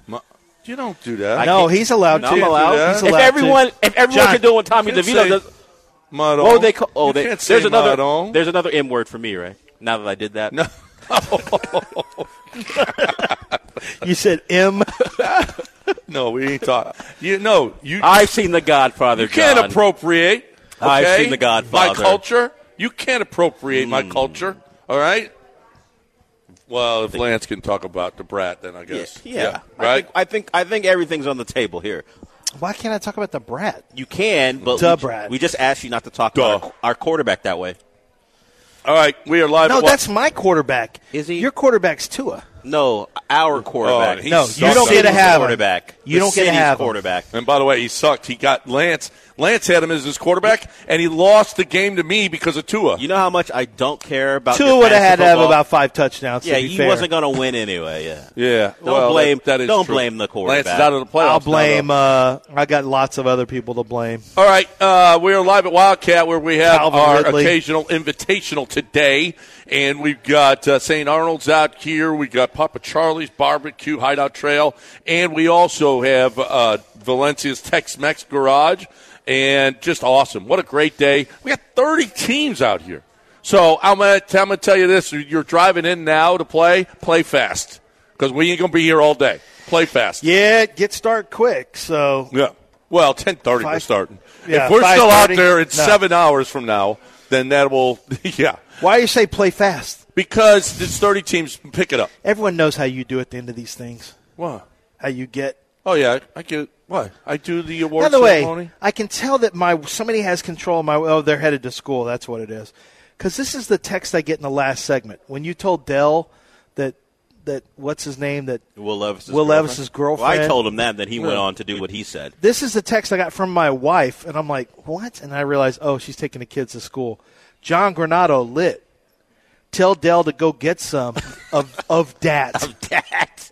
Ma- you don't do that.
I
No,
can't-
he's allowed
No,
to.
I'm allowed.
He's
if
allowed to.
everyone, if everyone
John,
can do it, with Tommy
you can't
DeVito
say
does.
Muddle.
Oh, they. co- Oh,
You
they.
can't say
there's another.
muddle.
There's another M word for me, right? Now that I did that.
No.
You said M.
No, we ain't talking. You know, you
I've seen The Godfather.
you can't
John.
appropriate.
I've
okay?
seen The Godfather.
My culture. You can't appropriate my culture. All right. Well, if Lance can talk about the brat, then I guess.
Yeah. yeah.
right.
I think, I think. I think everything's on the table here.
Why can't I talk about the brat?
You can, but
Duh,
we,
Brad.
we just asked you not to talk
Duh.
about our, our quarterback that way.
All right. We are live.
No,
at
that's my quarterback.
Is he-
Your quarterback's Tua.
No, our quarterback.
he
No,
sucks.
you don't
Oh, The
get to have him.
quarterback.
You
The
don't get to
city's
have him.
quarterback.
And by the way, he sucked. He got Lance. Lance had him as his quarterback, and he lost the game to me because of Tua.
You know how much I don't care about.
Tua
Oh, your
would have
fantasy
had to have
football?
about five touchdowns.
Yeah,
to be
he
fair.
wasn't going to win anyway. Yeah.
yeah.
Don't
well,
blame-
That, that is
don't
true.
blame the quarterback.
Lance is out of the playoffs.
I'll
now,
blame.
though.
Uh, I got lots of other people to blame.
All right, uh, we are live at Wildcat where we have
Calvin
our
Ridley.
occasional invitational today, and we've got uh, St. Arnold's out here. We got Papa Charlie's Barbecue Hideout Trail, and we also have uh, Valencia's Tex-Mex Garage, and just awesome! What a great day! We got 30 teams out here, so I'm gonna, I'm gonna tell you this: you're driving in now to play, play fast because we ain't gonna be here all day. Play fast.
Yeah, get start quick. So
Yeah. Well, ten thirty we're
Five-
starting.
Yeah,
if we're still out
5:30,
there, it's
no.
seven hours from now. Then that will, yeah,
why you say play fast?
because there's thirty teams. Pick it up.
Everyone knows how you do at the end of these things.
What?
How you get.
Oh yeah, I get. What? I do the award
By the
ceremony.
way, I can tell that my somebody has control. Of my oh, they're headed to school. That's what it is. Because this is the text I get in the last segment when you told Dell that that what's his name that
Will Levis's
Will
girlfriend.
Levis's girlfriend.
Well, I told him that, then he went on to do what he said.
this is the text I got from my wife, and I'm like, what? And I realize, oh, she's taking the kids to school. John Granado lit. Tell Dell to go get some of of dat. of dat.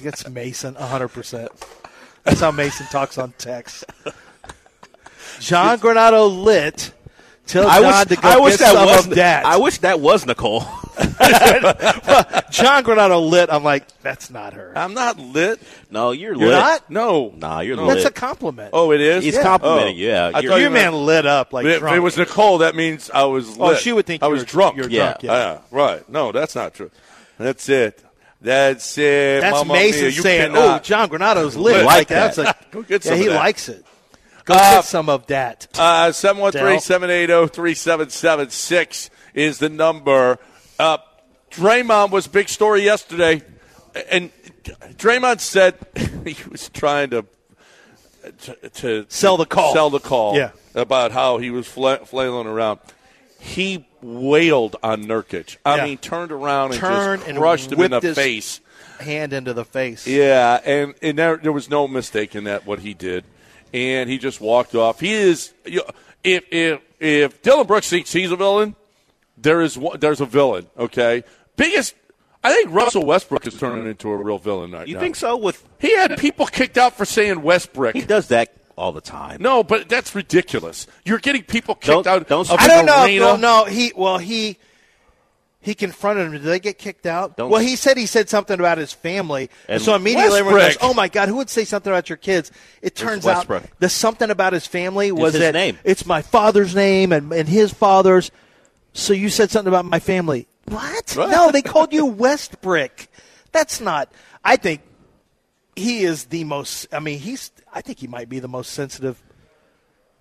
That's Mason, 100. percent That's how Mason talks on text. John Granado lit. Tell John to go get some of dat.
I wish that was Nicole.
John Granado lit. I'm like, that's not her.
I'm not lit.
no, you're,
You're
lit.
not?
No.
Nah, you're
That's a
lit.
compliment.
Oh, it is.
He's
Yeah.
complimenting
Oh.
you. Yeah,
I
you're-
thought
your
you
man
meant-
lit up like
If
drunk.
it was Nicole, that means I was.
Oh,
lit.
she would think
I
you
was
were-
drunk.
you're
Yeah. drunk,
yeah.
Yeah, right. No, that's not true. That's it. That's it.
That's
Mamma
Mason
mia. You
saying,
cannot.
"Oh, John Granado's lit."
Lit.
Like
Like
that's
that.
like,
Go get
yeah,
some of
he
that.
likes it. Go
Uh,
get some of that.
Uh, oh, 713-780-3776 is the number. Uh, Draymond was a big story yesterday, and Draymond said he was trying to to, to
Sell the call.
sell the call,
Yeah.
about how he was fla- flailing around. He wailed on Nurkic. I
Yeah.
mean, turned around and
Turned
just
and
crushed him in
whipped
the
his-
face.
Hand into the face.
Yeah, and, and there, there was no mistake in that what he did, and he just walked off. He is you- if if if Dylan Brooks thinks he's a villain, there is one, there's a villain. Okay, biggest. I think Russell Westbrook is turning into a real villain right
You
now.
think so? With
He had people kicked out for saying Westbrook.
he does that all the time.
No, but that's ridiculous. You're getting people kicked
Don't-
out.
don't
of
I
an
don't know.
arena.
Well, no, he well he he confronted him. Did they get kicked out?
Don't-
well, he said he said something about his family, and
And
so immediately everyone goes,
Westbrook.
"Oh my God, who would say something about your kids?" It turns out
Westbrook.
the something about his family was
his
that
name.
it's my father's name and and his father's. So you said something about my family. What? No, they called you Westbrook. That's not. I think he is the most. I mean, he's. I think he might be the most sensitive,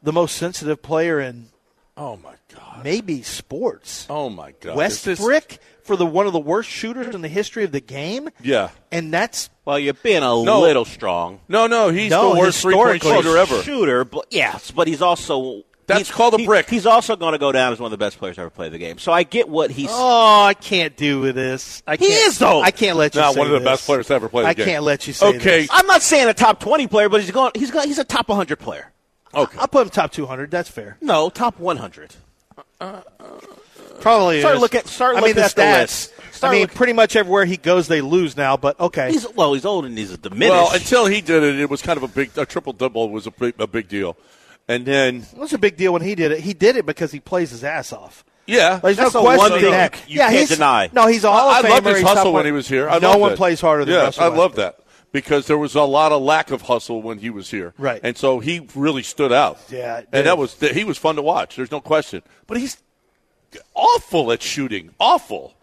the most sensitive player in
Oh my god.
maybe sports.
Oh my god. This is-
Westbrook for the one of the worst shooters in the history of the game.
Yeah.
and that's
Well, you're being a
No.
little strong.
No, no, he's
No,
the worst three point
historically-
shooter ever.
Oh, Shooter, but yes, but he's also
That's
he's-
called a
he-
brick.
he's also going to go down as one of the best players to ever play the game. So I get what he's.
oh, I can't do with this. I
He
can't,
is, though.
I can't let you.
Not
say
one of the
this.
best players to ever play the
I
game.
can't let you say.
Okay.
this.
I'm not saying a top twenty player, but he's going. He's going. He's a top 100 player.
Okay.
I'll put him top 200. That's fair.
No, top 100.
Probably.
Start
is.
looking- start
I mean,
looking at the
stats.
list. Start
I mean,
looking-
pretty much everywhere he goes, they lose now. But okay,
He's well, he's old and he's a diminished.
Well, until he did it, it was kind of a big a triple double was a big, a big deal, and then
it was a big deal when he did it. He did it because he plays his ass off.
yeah,
There's
That's
no
the
question
one thing
that.
you can't
he's-
deny.
No, he's a hall
I
of
I loved
famer.
his
He's top
hustle
one-
when he was here. I
no
loved
one
that.
plays harder than
Yes,
Russell
I
Westbrook.
love that because there was a lot of lack of hustle when he was here.
Right.
and so he really stood out.
Yeah, it
and
did.
that was he was fun to watch. There's no question, but he's awful at shooting. Awful.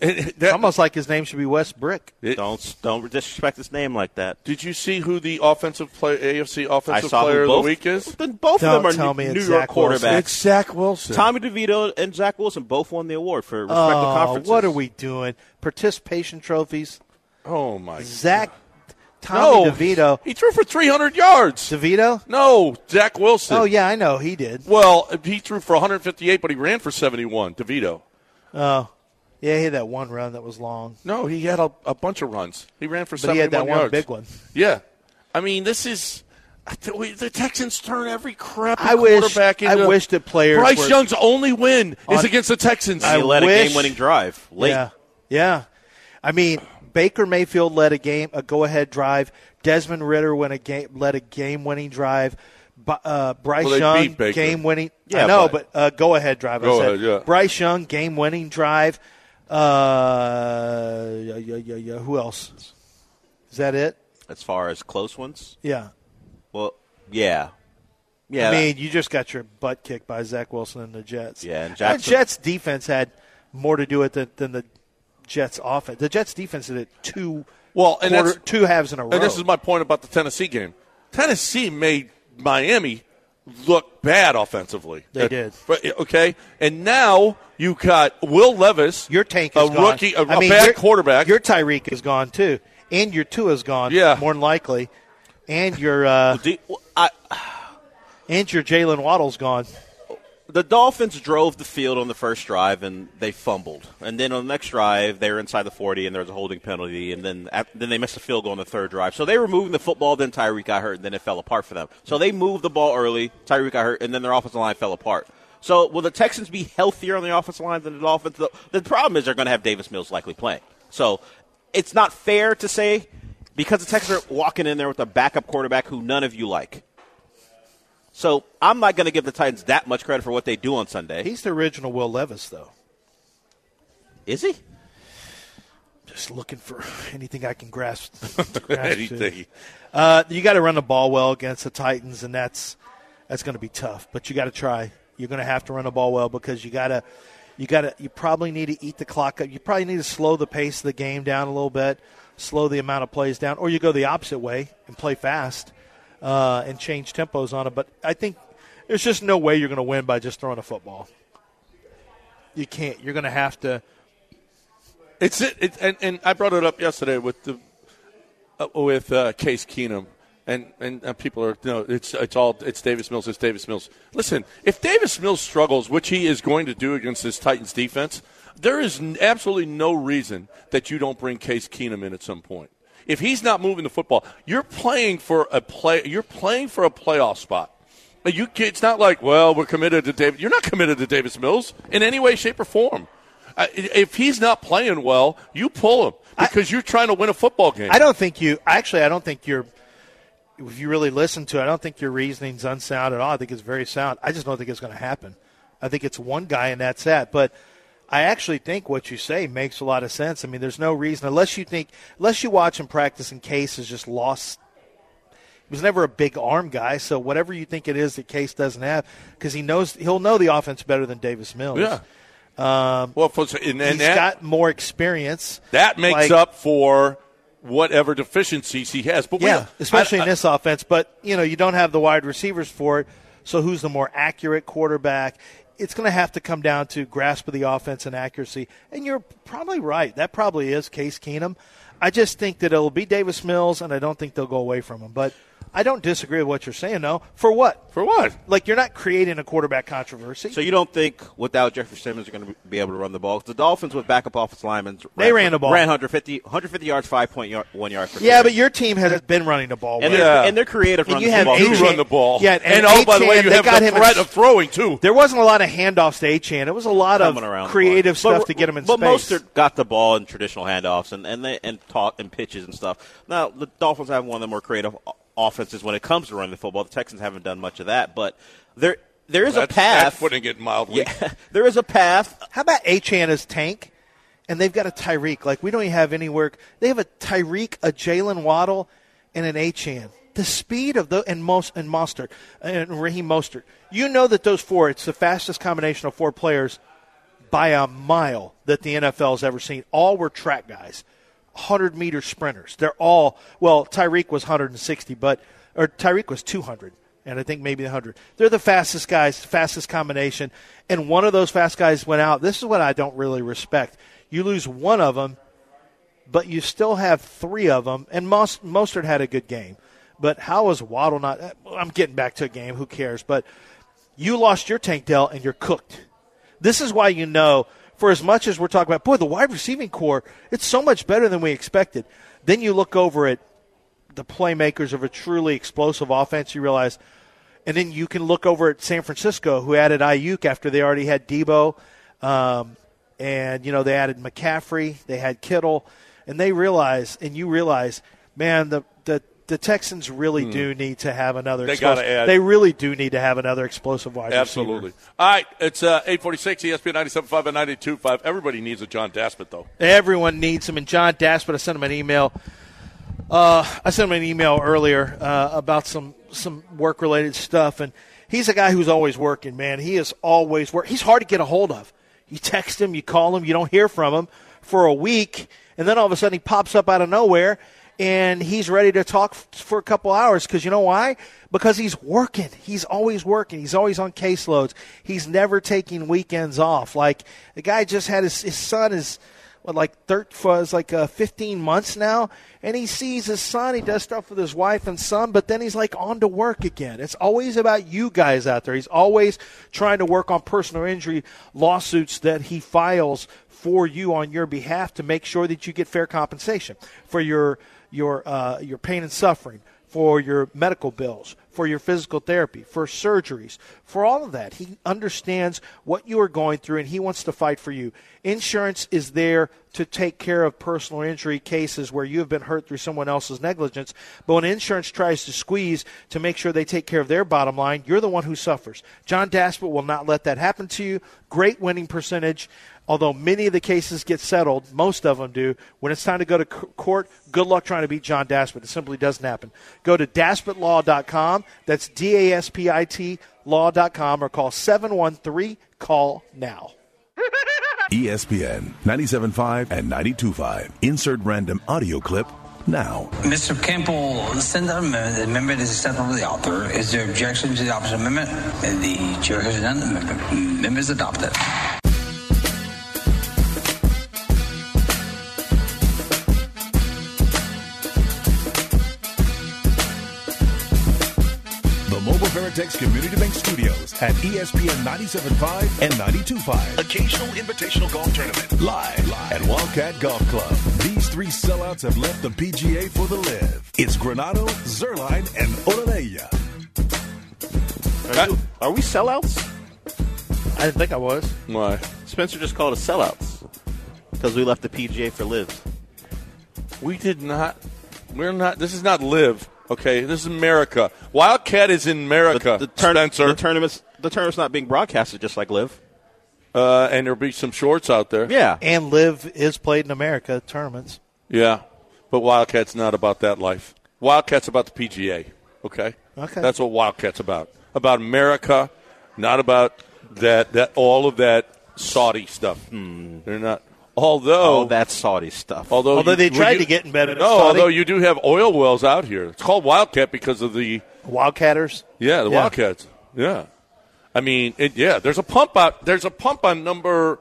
And that-
Almost like his name should be West Brick.
don't don't disrespect his name like that.
Did you see who the offensive play, AFC
I
offensive
saw who
player of
both,
the week is?
Then both
Don't
of them are
tell
New,
me it's
New
Zach
York
Wilson.
quarterbacks.
Zach Wilson.
Tommy DeVito and Zach Wilson both won the award for respective
Oh,
conferences.
what are we doing? Participation trophies.
oh my.
Zach, Tommy
no,
DeVito,
He threw for 300 yards.
DeVito.
no, Zach Wilson.
Oh yeah, I know he did.
Well, he threw for 158, but he ran for 71. DeVito.
Yeah, he had that one run that was long,
No, he had a, a bunch of runs. He ran for
but
71
he had that one
yards.
big one.
Yeah. I mean, this is. I th- we- The Texans turn every crap
I wish-
quarterback
I
into.
wish that players
Bryce
were-
Young's only win is
On-
against the Texans.
He led
wish-
a game-winning drive late.
Yeah, yeah. I mean, Baker Mayfield led a game, a go-ahead drive. Desmond Ritter went a game, led a game-winning drive. Bu- uh, Bryce
Well, they beat
Young,
Baker.
game-winning. I
Yeah,
know, but,
but-
uh, go-ahead drive. I said
Go-ahead, yeah.
Bryce Young, game-winning drive. Uh, yeah, yeah, yeah, yeah. Who else? Is that it?
As far as close ones,
Yeah.
well, yeah, yeah.
I mean, you just got your butt kicked by Zach Wilson and the Jets.
Yeah, and
That
Jackson-
Jets defense had more to do with it than, than the Jets offense. The Jets defense did it two
Well, and
quarter,
that's-
two halves in a row.
And this is my point about the Tennessee game. Tennessee made Miami look bad offensively.
They
Uh,
did.
but, uh, Okay, and now you got Will Levis.
your tank
a
is gone.
rookie, a,
I mean,
a bad
your-
quarterback.
Your Tyreek is gone too, and your Tua is gone.
Yeah.
more than likely, and your uh,
Do- I-
and your Jalen Waddle's gone.
the Dolphins drove the field on the first drive and they fumbled, and then on the next drive they were inside the forty and there was a holding penalty, and then at, then they missed a field goal on the third drive. So they were moving the football. Then Tyreek got hurt, and then it fell apart for them. So they moved the ball early. Tyreek got hurt, and then their offensive line fell apart. So will the Texans be healthier on the offensive line than the Dolphins? The, the problem is they're going to have Davis Mills likely playing. So it's not fair to say because the Texans are walking in there with a backup quarterback who none of you like. So I'm not going to give the Titans that much credit for what they do on Sunday.
He's the original Will Levis, though.
Is he?
Just looking for anything I can grasp. to grasp to.
Anything.
Uh, you got to run the ball well against the Titans, and that's that's going to be tough. But you got to try. You're going to have to run the ball well because you got to you got to you probably need to eat the clock up. You probably need to slow the pace of the game down a little bit, slow the amount of plays down, or you go the opposite way and play fast uh, and change tempos on it. But I think there's just no way you're going to win by just throwing a football. You can't. You're going to have to.
It's it, it and, and I brought it up yesterday with the uh, with uh, Case Keenum. And, and uh, people are no, it's it's all it's Davis Mills, it's Davis Mills. Listen, if Davis Mills struggles, which he is going to do against this Titans defense, there is n- absolutely no reason that you don't bring Case Keenum in at some point. If he's not moving the football, you're playing for a play. You're playing for a playoff spot. You, it's not like, well, we're committed to David. You're not committed to Davis Mills in any way, shape, or form. I, if he's not playing well, you pull him because you're trying to win a football game.
I don't think you. Actually, I don't think you're. If you really listen to it, I don't think your reasoning's unsound at all. I think it's very sound. I just don't think it's going to happen. I think it's one guy and that's that. But I actually think what you say makes a lot of sense. I mean, there's no reason unless you think unless you watch him practice and Case is just lost. He was never a big arm guy, so whatever you think it is that Case doesn't have, because he knows he'll know the offense better than Davis Mills.
Yeah. well, for- and,
Um, He's
and that,
got more experience.
that makes
like-
up for whatever deficiencies he has. But we-
Yeah, especially
I-
in this offense. But you know, you don't have the wide receivers for it. So who's the more accurate quarterback? It's going to have to come down to grasp of the offense and accuracy. And you're probably right. That probably is Case Keenum. I just think that it'll be Davis Mills, and I don't think they'll go away from him. But I don't disagree with what you're saying, though. For what?
for what?
Like you're not creating a quarterback controversy.
So you don't think without Jeffrey Simmons they're going to be able to run the ball? 'Cause The Dolphins with backup offense linemen
They ran the ball.
ran 150, 150 yards, five point yard, one yard. Per
yeah,
carry.
but your team has been running the ball.
and uh,
well.
Yeah.
they're and they're creative.
And
runs
you
the
have
ball.
eight
You
Achan-
run the ball.
Yeah, and
and, oh, by the way,
Achan,
you
they
have
got
the
him in
threat
s-
of throwing too.
There wasn't a lot of handoffs to Achan. It was a lot of
coming around the
creative
block.
stuff
But-
to get him in
but
space.
Mostert got the ball in traditional handoffs and and they, and talk and pitches and stuff. Now the Dolphins have one of the more creative o- offenses when it comes to running the football. The Texans haven't done much of that, but there there is
That's,
a path.
that's putting it mildly.
yeah, there is a path.
How about Achan as tank? And they've got a Tyreek. Like we don't even have any work. They have a Tyreek, a Jalen Waddle, and an Achan. The speed of the and most and Mostert and Raheem Mostert. You know that those four. It's the fastest combination of four players by a mile that the NFL has ever seen. All were track guys, 100 meter sprinters. They're all, well, Tyreek was 160, but, or Tyreek was 200, and I think maybe 100. They're the fastest guys, fastest combination. And one of those fast guys went out. This is what I don't really respect. You lose one of them, but you still have three of them, and Mos- Mostert had a good game. But how was Waddle not? I'm getting back to a game. Who cares? But you lost your Tank Dell and you're cooked. This is why you know, for as much as we're talking about, boy, the wide receiving core, it's so much better than we expected. Then you look over at the playmakers of a truly explosive offense, you realize, and then you can look over at San Francisco, who added Ayuk after they already had Debo, um, and you know they added McCaffrey, they had Kittle, and they realize, and you realize, man, the the, the Texans really do need to have another.
Hmm. They
explosive-
gotta add-
They really do need to have another explosive wide receiver.
Absolutely. All right, it's uh, 846 ESPN 97.5 and 92.5. Everybody needs a John Daspit, though.
Everyone needs him. And John Daspit, I sent him an email. Uh, I sent him an email earlier uh, about some some work related stuff, and he's a guy who's always working. Man, he is always work. He's hard to get a hold of. You text him, you call him, you don't hear from him for a week, and then all of a sudden he pops up out of nowhere, and he's ready to talk f- for a couple hours. Because you know why? Because he's working. He's always working. He's always on caseloads. He's never taking weekends off. Like the guy just had his his son is what, like thir for it's like uh, 15 months now, and he sees his son. He does stuff with his wife and son, but then he's like on to work again. It's always about you guys out there. He's always trying to work on personal injury lawsuits that he files for you on your behalf to make sure that you get fair compensation for your your uh, your pain and suffering, for your medical bills, for your physical therapy, for surgeries, for all of that. He understands what you are going through and he wants to fight for you. Insurance is there to take care of personal injury cases where you have been hurt through someone else's negligence. But when insurance tries to squeeze to make sure they take care of their bottom line, you're the one who suffers. John Daspit will not let that happen to you. Great winning percentage. Although many of the cases get settled, most of them do. When it's time to go to c- court, good luck trying to beat John Daspit. It simply doesn't happen. Go to daspitlaw.com. That's D A S P I T law.com or call 713 call now.
E ESPN 97.5 and 92.5. Insert random audio clip now.
Mr. Campbell, send that amendment. The amendment is acceptable to the author. Is there objection to the opposite amendment? And The chair has none. The amendment- amendment is adopted.
The Mobile Veritex Community Bank Studios at E ESPN 97.5 and 92.5. Occasional Invitational Golf Tournament. Live, live at Wildcat Golf Club. These three sellouts have left the PGA for the live. It's Granado, Zerline, and Olaleya.
Uh,
Are, you- are we sellouts?
I didn't think I was.
Why?
Spencer just called us sellouts because we left the PGA for Live.
We did not. We're not. This is not live. Okay, this is America. Wildcat is in America.
the, tourna-
Spencer.
the tournament's the tournament's not being broadcasted just like Live.
uh, and there'll be some shorts out there.
Yeah,
And Live is played in America tournaments.
Yeah. But Wildcat's not about that life. Wildcat's about the PGA. Okay.
Okay.
That's what Wildcat's about. About America, not about that that all of that Saudi stuff. Hmm. They're not. Although
all that Saudi stuff.
although
Although
you-
they tried
you-
to get in bed with
No,
Saudi.
although you do have oil wells out here. It's called Wildcat because of the
Wildcatters.
yeah, the
Yeah.
Wildcats. Yeah. I mean, it, yeah, there's a pump out. There's a pump on number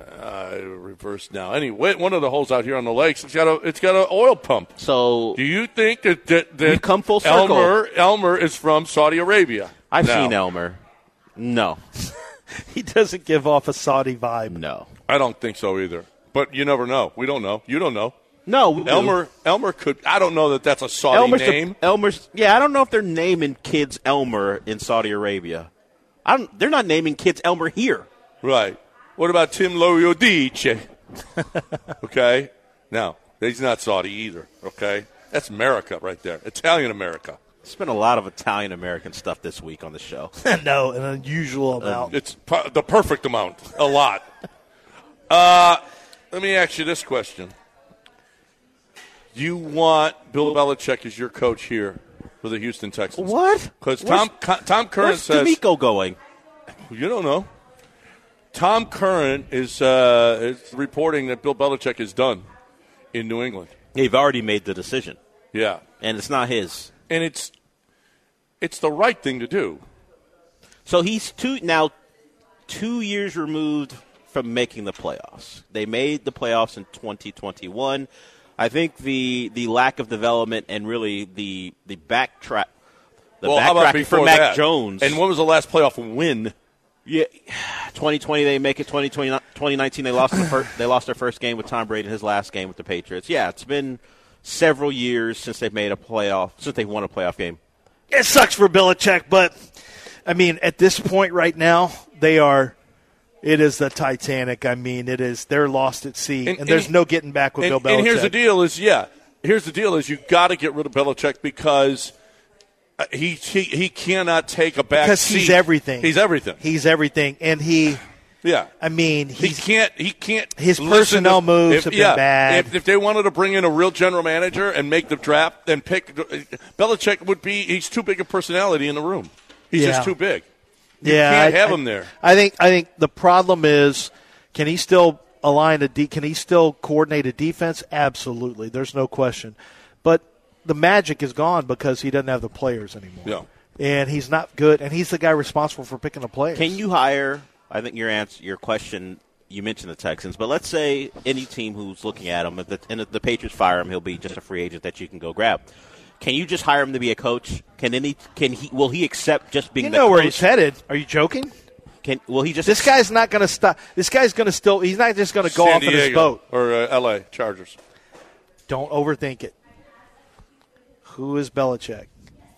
uh, reverse now. Anyway, one of the holes out here on the lakes, it's got a it's got an oil pump.
so
Do you think that that, that
We've come full circle.
Elmer Elmer is from Saudi Arabia?
I've
now.
seen Elmer. No,
He doesn't give off a Saudi vibe.
no,
I don't think so either. But you never know. We don't know. You don't know.
no. we do.
Elmer Elmer could. I don't know that that's a Saudi
Elmer's the-
name.
Elmer's. Yeah, I don't know if they're naming kids Elmer in Saudi Arabia. I don't. They're not naming kids Elmer here.
Right. What about Tim Loyodice? okay. Now, he's not Saudi either. Okay. That's America right there. Italian America.
It's been a lot of Italian American stuff this week on the show.
no, an unusual amount.
It's pu- the perfect amount. A lot. uh, let me ask you this question. You want Bill Belichick as your coach here for the Houston Texans?
What?
Because Tom,
Where's-
Co- Tom Curran
Where's
says.
D'Amico going?
You don't know. Tom Curran is, uh, is reporting that Bill Belichick is done in New England.
They've already made the decision,
Yeah,
and it's not his.
and it's it's the right thing to do.
So he's two now, two years removed from making the playoffs. They made the playoffs in 2021. I think the the lack of development and really the the backtrack, the backtracking for Mac Jones.
And when was the last playoff win?
yeah, 2020 they make it. 2020, 2019 they lost the first, they lost their first game with Tom Brady and his last game with the Patriots. Yeah, it's been several years since they've made a playoff since they won a playoff game.
it sucks for Belichick, but I mean, at this point right now, they are. It is the Titanic. I mean, it is. They're lost at sea, and,
And- and-
there's no getting back with
And,
Bill Belichick.
and here's the deal: is yeah, here's the deal: is you got to get rid of Belichick because uh, he he, he cannot take a back
because he's
seat.
everything.
He's everything.
He's everything, and he.
yeah.
I mean,
he
he's
can't. He can't.
His
listen
personnel
to-
moves have been
yeah,
bad.
If, if they wanted to bring in a real general manager and make the draft and pick, Belichick would be. He's too big a personality in the room. He's
Yeah.
just too big.
yeah.
can't
I,
have
I-
him there.
I think. I think the problem is, can he still align a de- Can he still coordinate a defense? Absolutely. There's no question, but the magic is gone because he doesn't have the players anymore.
Yeah.
And he's not good, and he's the guy responsible for picking the players.
Can you hire? I think your answer, your question, you mentioned the Texans, but let's say any team who's looking at him, if the, and if the Patriots fire him, he'll be just a free agent that you can go grab. Can you just hire him to be a coach? Can any? Can he? Will he accept just being?
You
the
know where
coach?
he's headed. Are you joking?
Can, will he just?
This guy's not going to stop. This guy's going to still. He's not just going to go
San
off in his
Diego
boat.
or uh, L.A. Chargers.
Don't overthink it. Who is Belichick?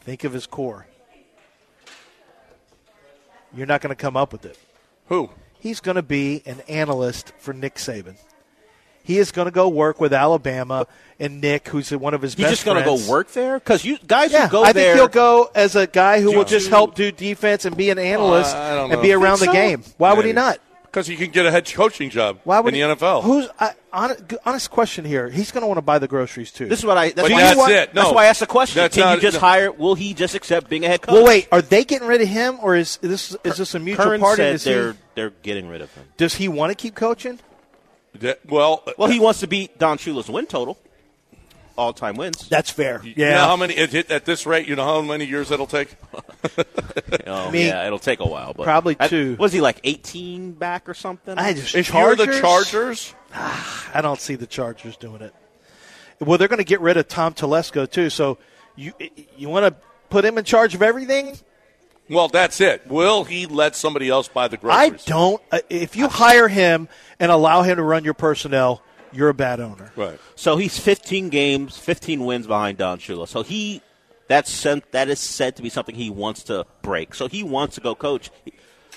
Think of his core. You're not going to come up with it.
Who?
He's going to be an analyst for Nick Saban. He is going to go work with Alabama and Nick, who's one of his
He's
best
just going to
friends.
go work there because you guys
Yeah,
who go
I
there.
think he'll go as a guy who will
Josh.
just help do defense and
Oh,
be an analyst
I don't
and
know.
be around the
Think so?
game. Why would he
Maybe.
not?
Because he can get a head coaching job
Why would
in
he-
the NFL.
Who's I, honest, honest question here? He's going to want to buy the groceries too.
This is what I. That's
But
why
that's
why-
it. No.
That's why I asked the question.
That's
can
not-
you just
no.
hire? Will he just accept being a head coach?
well, wait. Are they getting rid of him, or is this is this a mutual
Curran
party?
said
Is he-
they're they're getting rid of him.
does he want to keep coaching?
That- well, uh,
Well, he wants to beat Don Shula's win total, all time wins.
That's fair.
you know how many at, at this rate? You know how many years that'll take?
Oh,
mean,
yeah, it'll take a while, but
probably
I-
two.
Was he like 18 back or something?
I just
If
Chargers.
you're the Chargers,
I don't see the Chargers doing it. Well, they're going to get rid of Tom Telesco too. So you you want to put him in charge of everything?
well, that's it. Will he let somebody else buy the
I
groceries?
don't. uh, If you hire him and allow him to run your personnel, you're a bad owner.
Right.
so he's 15 games, 15 wins behind Don Shula. So he That's sent, that is said to be something he wants to break. So he wants to go coach.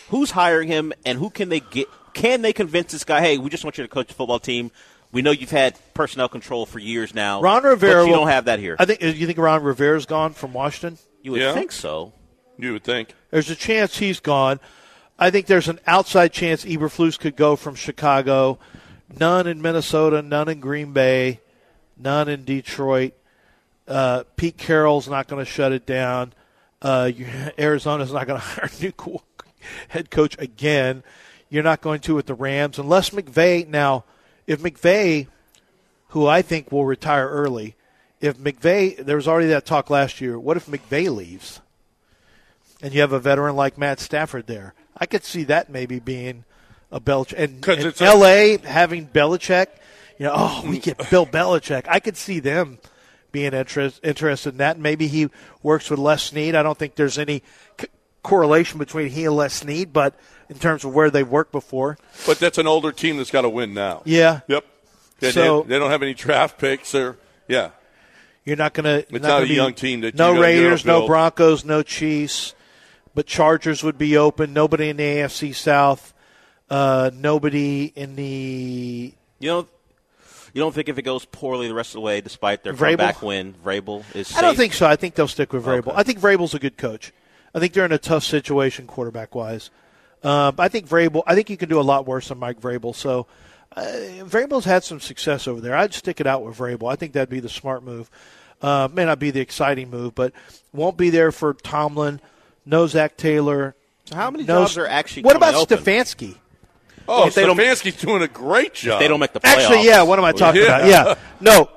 Who's hiring him, and who can they get? Can they convince this guy? Hey, we just want you to coach the football team. We know you've had personnel control for years now.
Ron Rivera.
but you
will-
don't have that here.
I think you think Ron Rivera's gone from Washington.
you would
Yeah.
think so.
You would think.
There's a chance he's gone. I think there's an outside chance Eberflus could go from Chicago. None in Minnesota. None in Green Bay. None in Detroit. Uh, Pete Carroll's not going to shut it down. Uh, you- Arizona's not going to hire a new cool head coach again. You're not going to with the Rams unless McVay. Now, if McVay, who I think will retire early, if McVay, there was already that talk last year. What if McVay leaves? and you have a veteran like Matt Stafford there. I could see that maybe being a Belichick and,
'Cause
and
it's a-
L.A. having Belichick. You know, oh, we get Bill Belichick. I could see them being interest, interested in that. Maybe he works with Les Snead. I don't think there's any c- correlation between he and Les Snead, but in terms of where they've worked before,
But that's an older team that's got to win now.
Yeah.
Yep. And
So-
they, they don't have any draft picks or yeah.
you're not going to.
not a young team that you're
no
gonna- you're
Raiders,
gonna
no
build.
Broncos, no Chiefs, but Chargers would be open. Nobody in the AFC South. Uh, nobody in the
You know, you don't think if it goes poorly the rest of the way, despite their
Vrabel?
comeback win, Vrabel is. Safe.
I don't think so. I think they'll stick with Vrabel.
Okay.
I think Vrabel's a good coach. I think they're in a tough situation quarterback wise. Um, I think Vrabel. I think you can do a lot worse than Mike Vrabel. So uh, Vrabel's had some success over there. I'd stick it out with Vrabel. I think that'd be the smart move. Uh, may not be the exciting move, but won't be there for Tomlin. No Zach Taylor.
So how many
no
jobs are actually?
What
coming
about
open?
Stefanski?
Oh,
If they don't-
Stefanski's doing a great job.
They don't make the playoffs.
Actually, yeah. What am I talking
Yeah.
about? Yeah. No.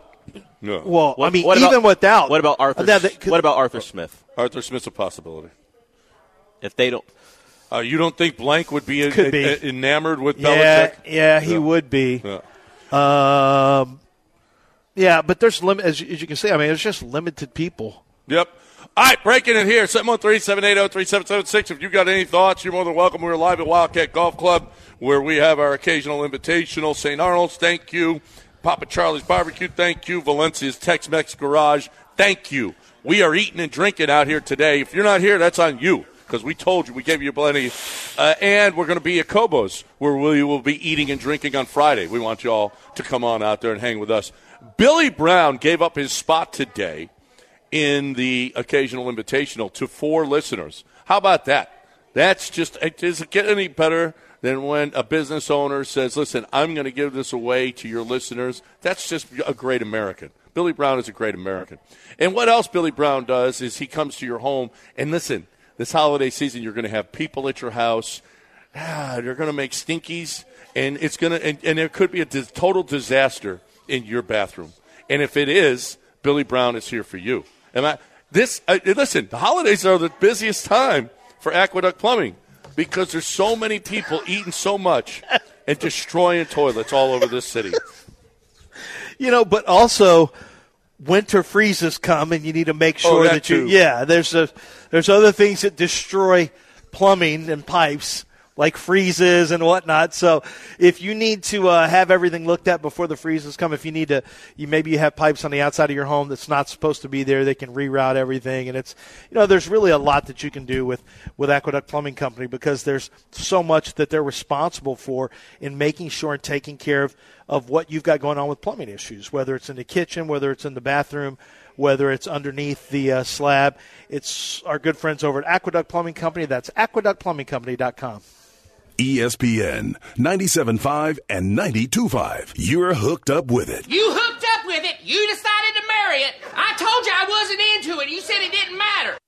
No.
Well, I
What-
mean,
what about-
even without.
What about Arthur?
Now that-
what about Arthur Smith?
Arthur Smith's a possibility.
If they don't,
Uh, you don't think Blank would be,
Could be.
en- enamored with
Yeah,
Belichick?
yeah, he
Yeah.
would be.
Yeah.
Um, yeah, but there's limit as, as you can see. I mean, it's just limited people.
Yep. All right, breaking it here, 713-780-3776. If you've got any thoughts, you're more than welcome. We're live at Wildcat Golf Club, where we have our occasional invitational. St. Arnold's, thank you. Papa Charlie's Barbecue, thank you. Valencia's Tex-Mex Garage, thank you. We are eating and drinking out here today. If you're not here, that's on you, because we told you, we gave you plenty. Uh, and we're going to be at Kobo's, where we will be eating and drinking on Friday. We want you all to come on out there and hang with us. Billy Brown gave up his spot today in the occasional invitational to four listeners. How about that? That's just it doesn't get any better than when a business owner says, "Listen, I'm going to give this away to your listeners." That's just a great American. Billy Brown is a great American. And what else Billy Brown does is he comes to your home and listen. This holiday season, you're going to have people at your house. Ah, they're going to make stinkies, and it's going to and, and there could be a dis- total disaster in your bathroom. And if it is, Billy Brown is here for you. And I, this, I, listen, the holidays are the busiest time for Aqueduct Plumbing because there's so many people eating so much and destroying toilets all over this city.
You know, but also winter freezes come, and you need to make sure
that too.
you. Yeah, there's a there's other things that destroy plumbing and pipes. Like freezes and whatnot. So, if you need to uh, have everything looked at before the freezes come, if you need to, you maybe you have pipes on the outside of your home that's not supposed to be there. They can reroute everything, and it's you know there's really a lot that you can do with with Aqueduct Plumbing Company because there's so much that they're responsible for in making sure and taking care of of what you've got going on with plumbing issues, whether it's in the kitchen, whether it's in the bathroom, whether it's underneath the uh, slab. It's our good friends over at Aqueduct Plumbing Company. That's aqueductplumbingcompany.com.
E ESPN 97.5 and 92.5. You're hooked up with it.
You hooked up with it. You decided to marry it. I told you I wasn't into it. You said it didn't matter.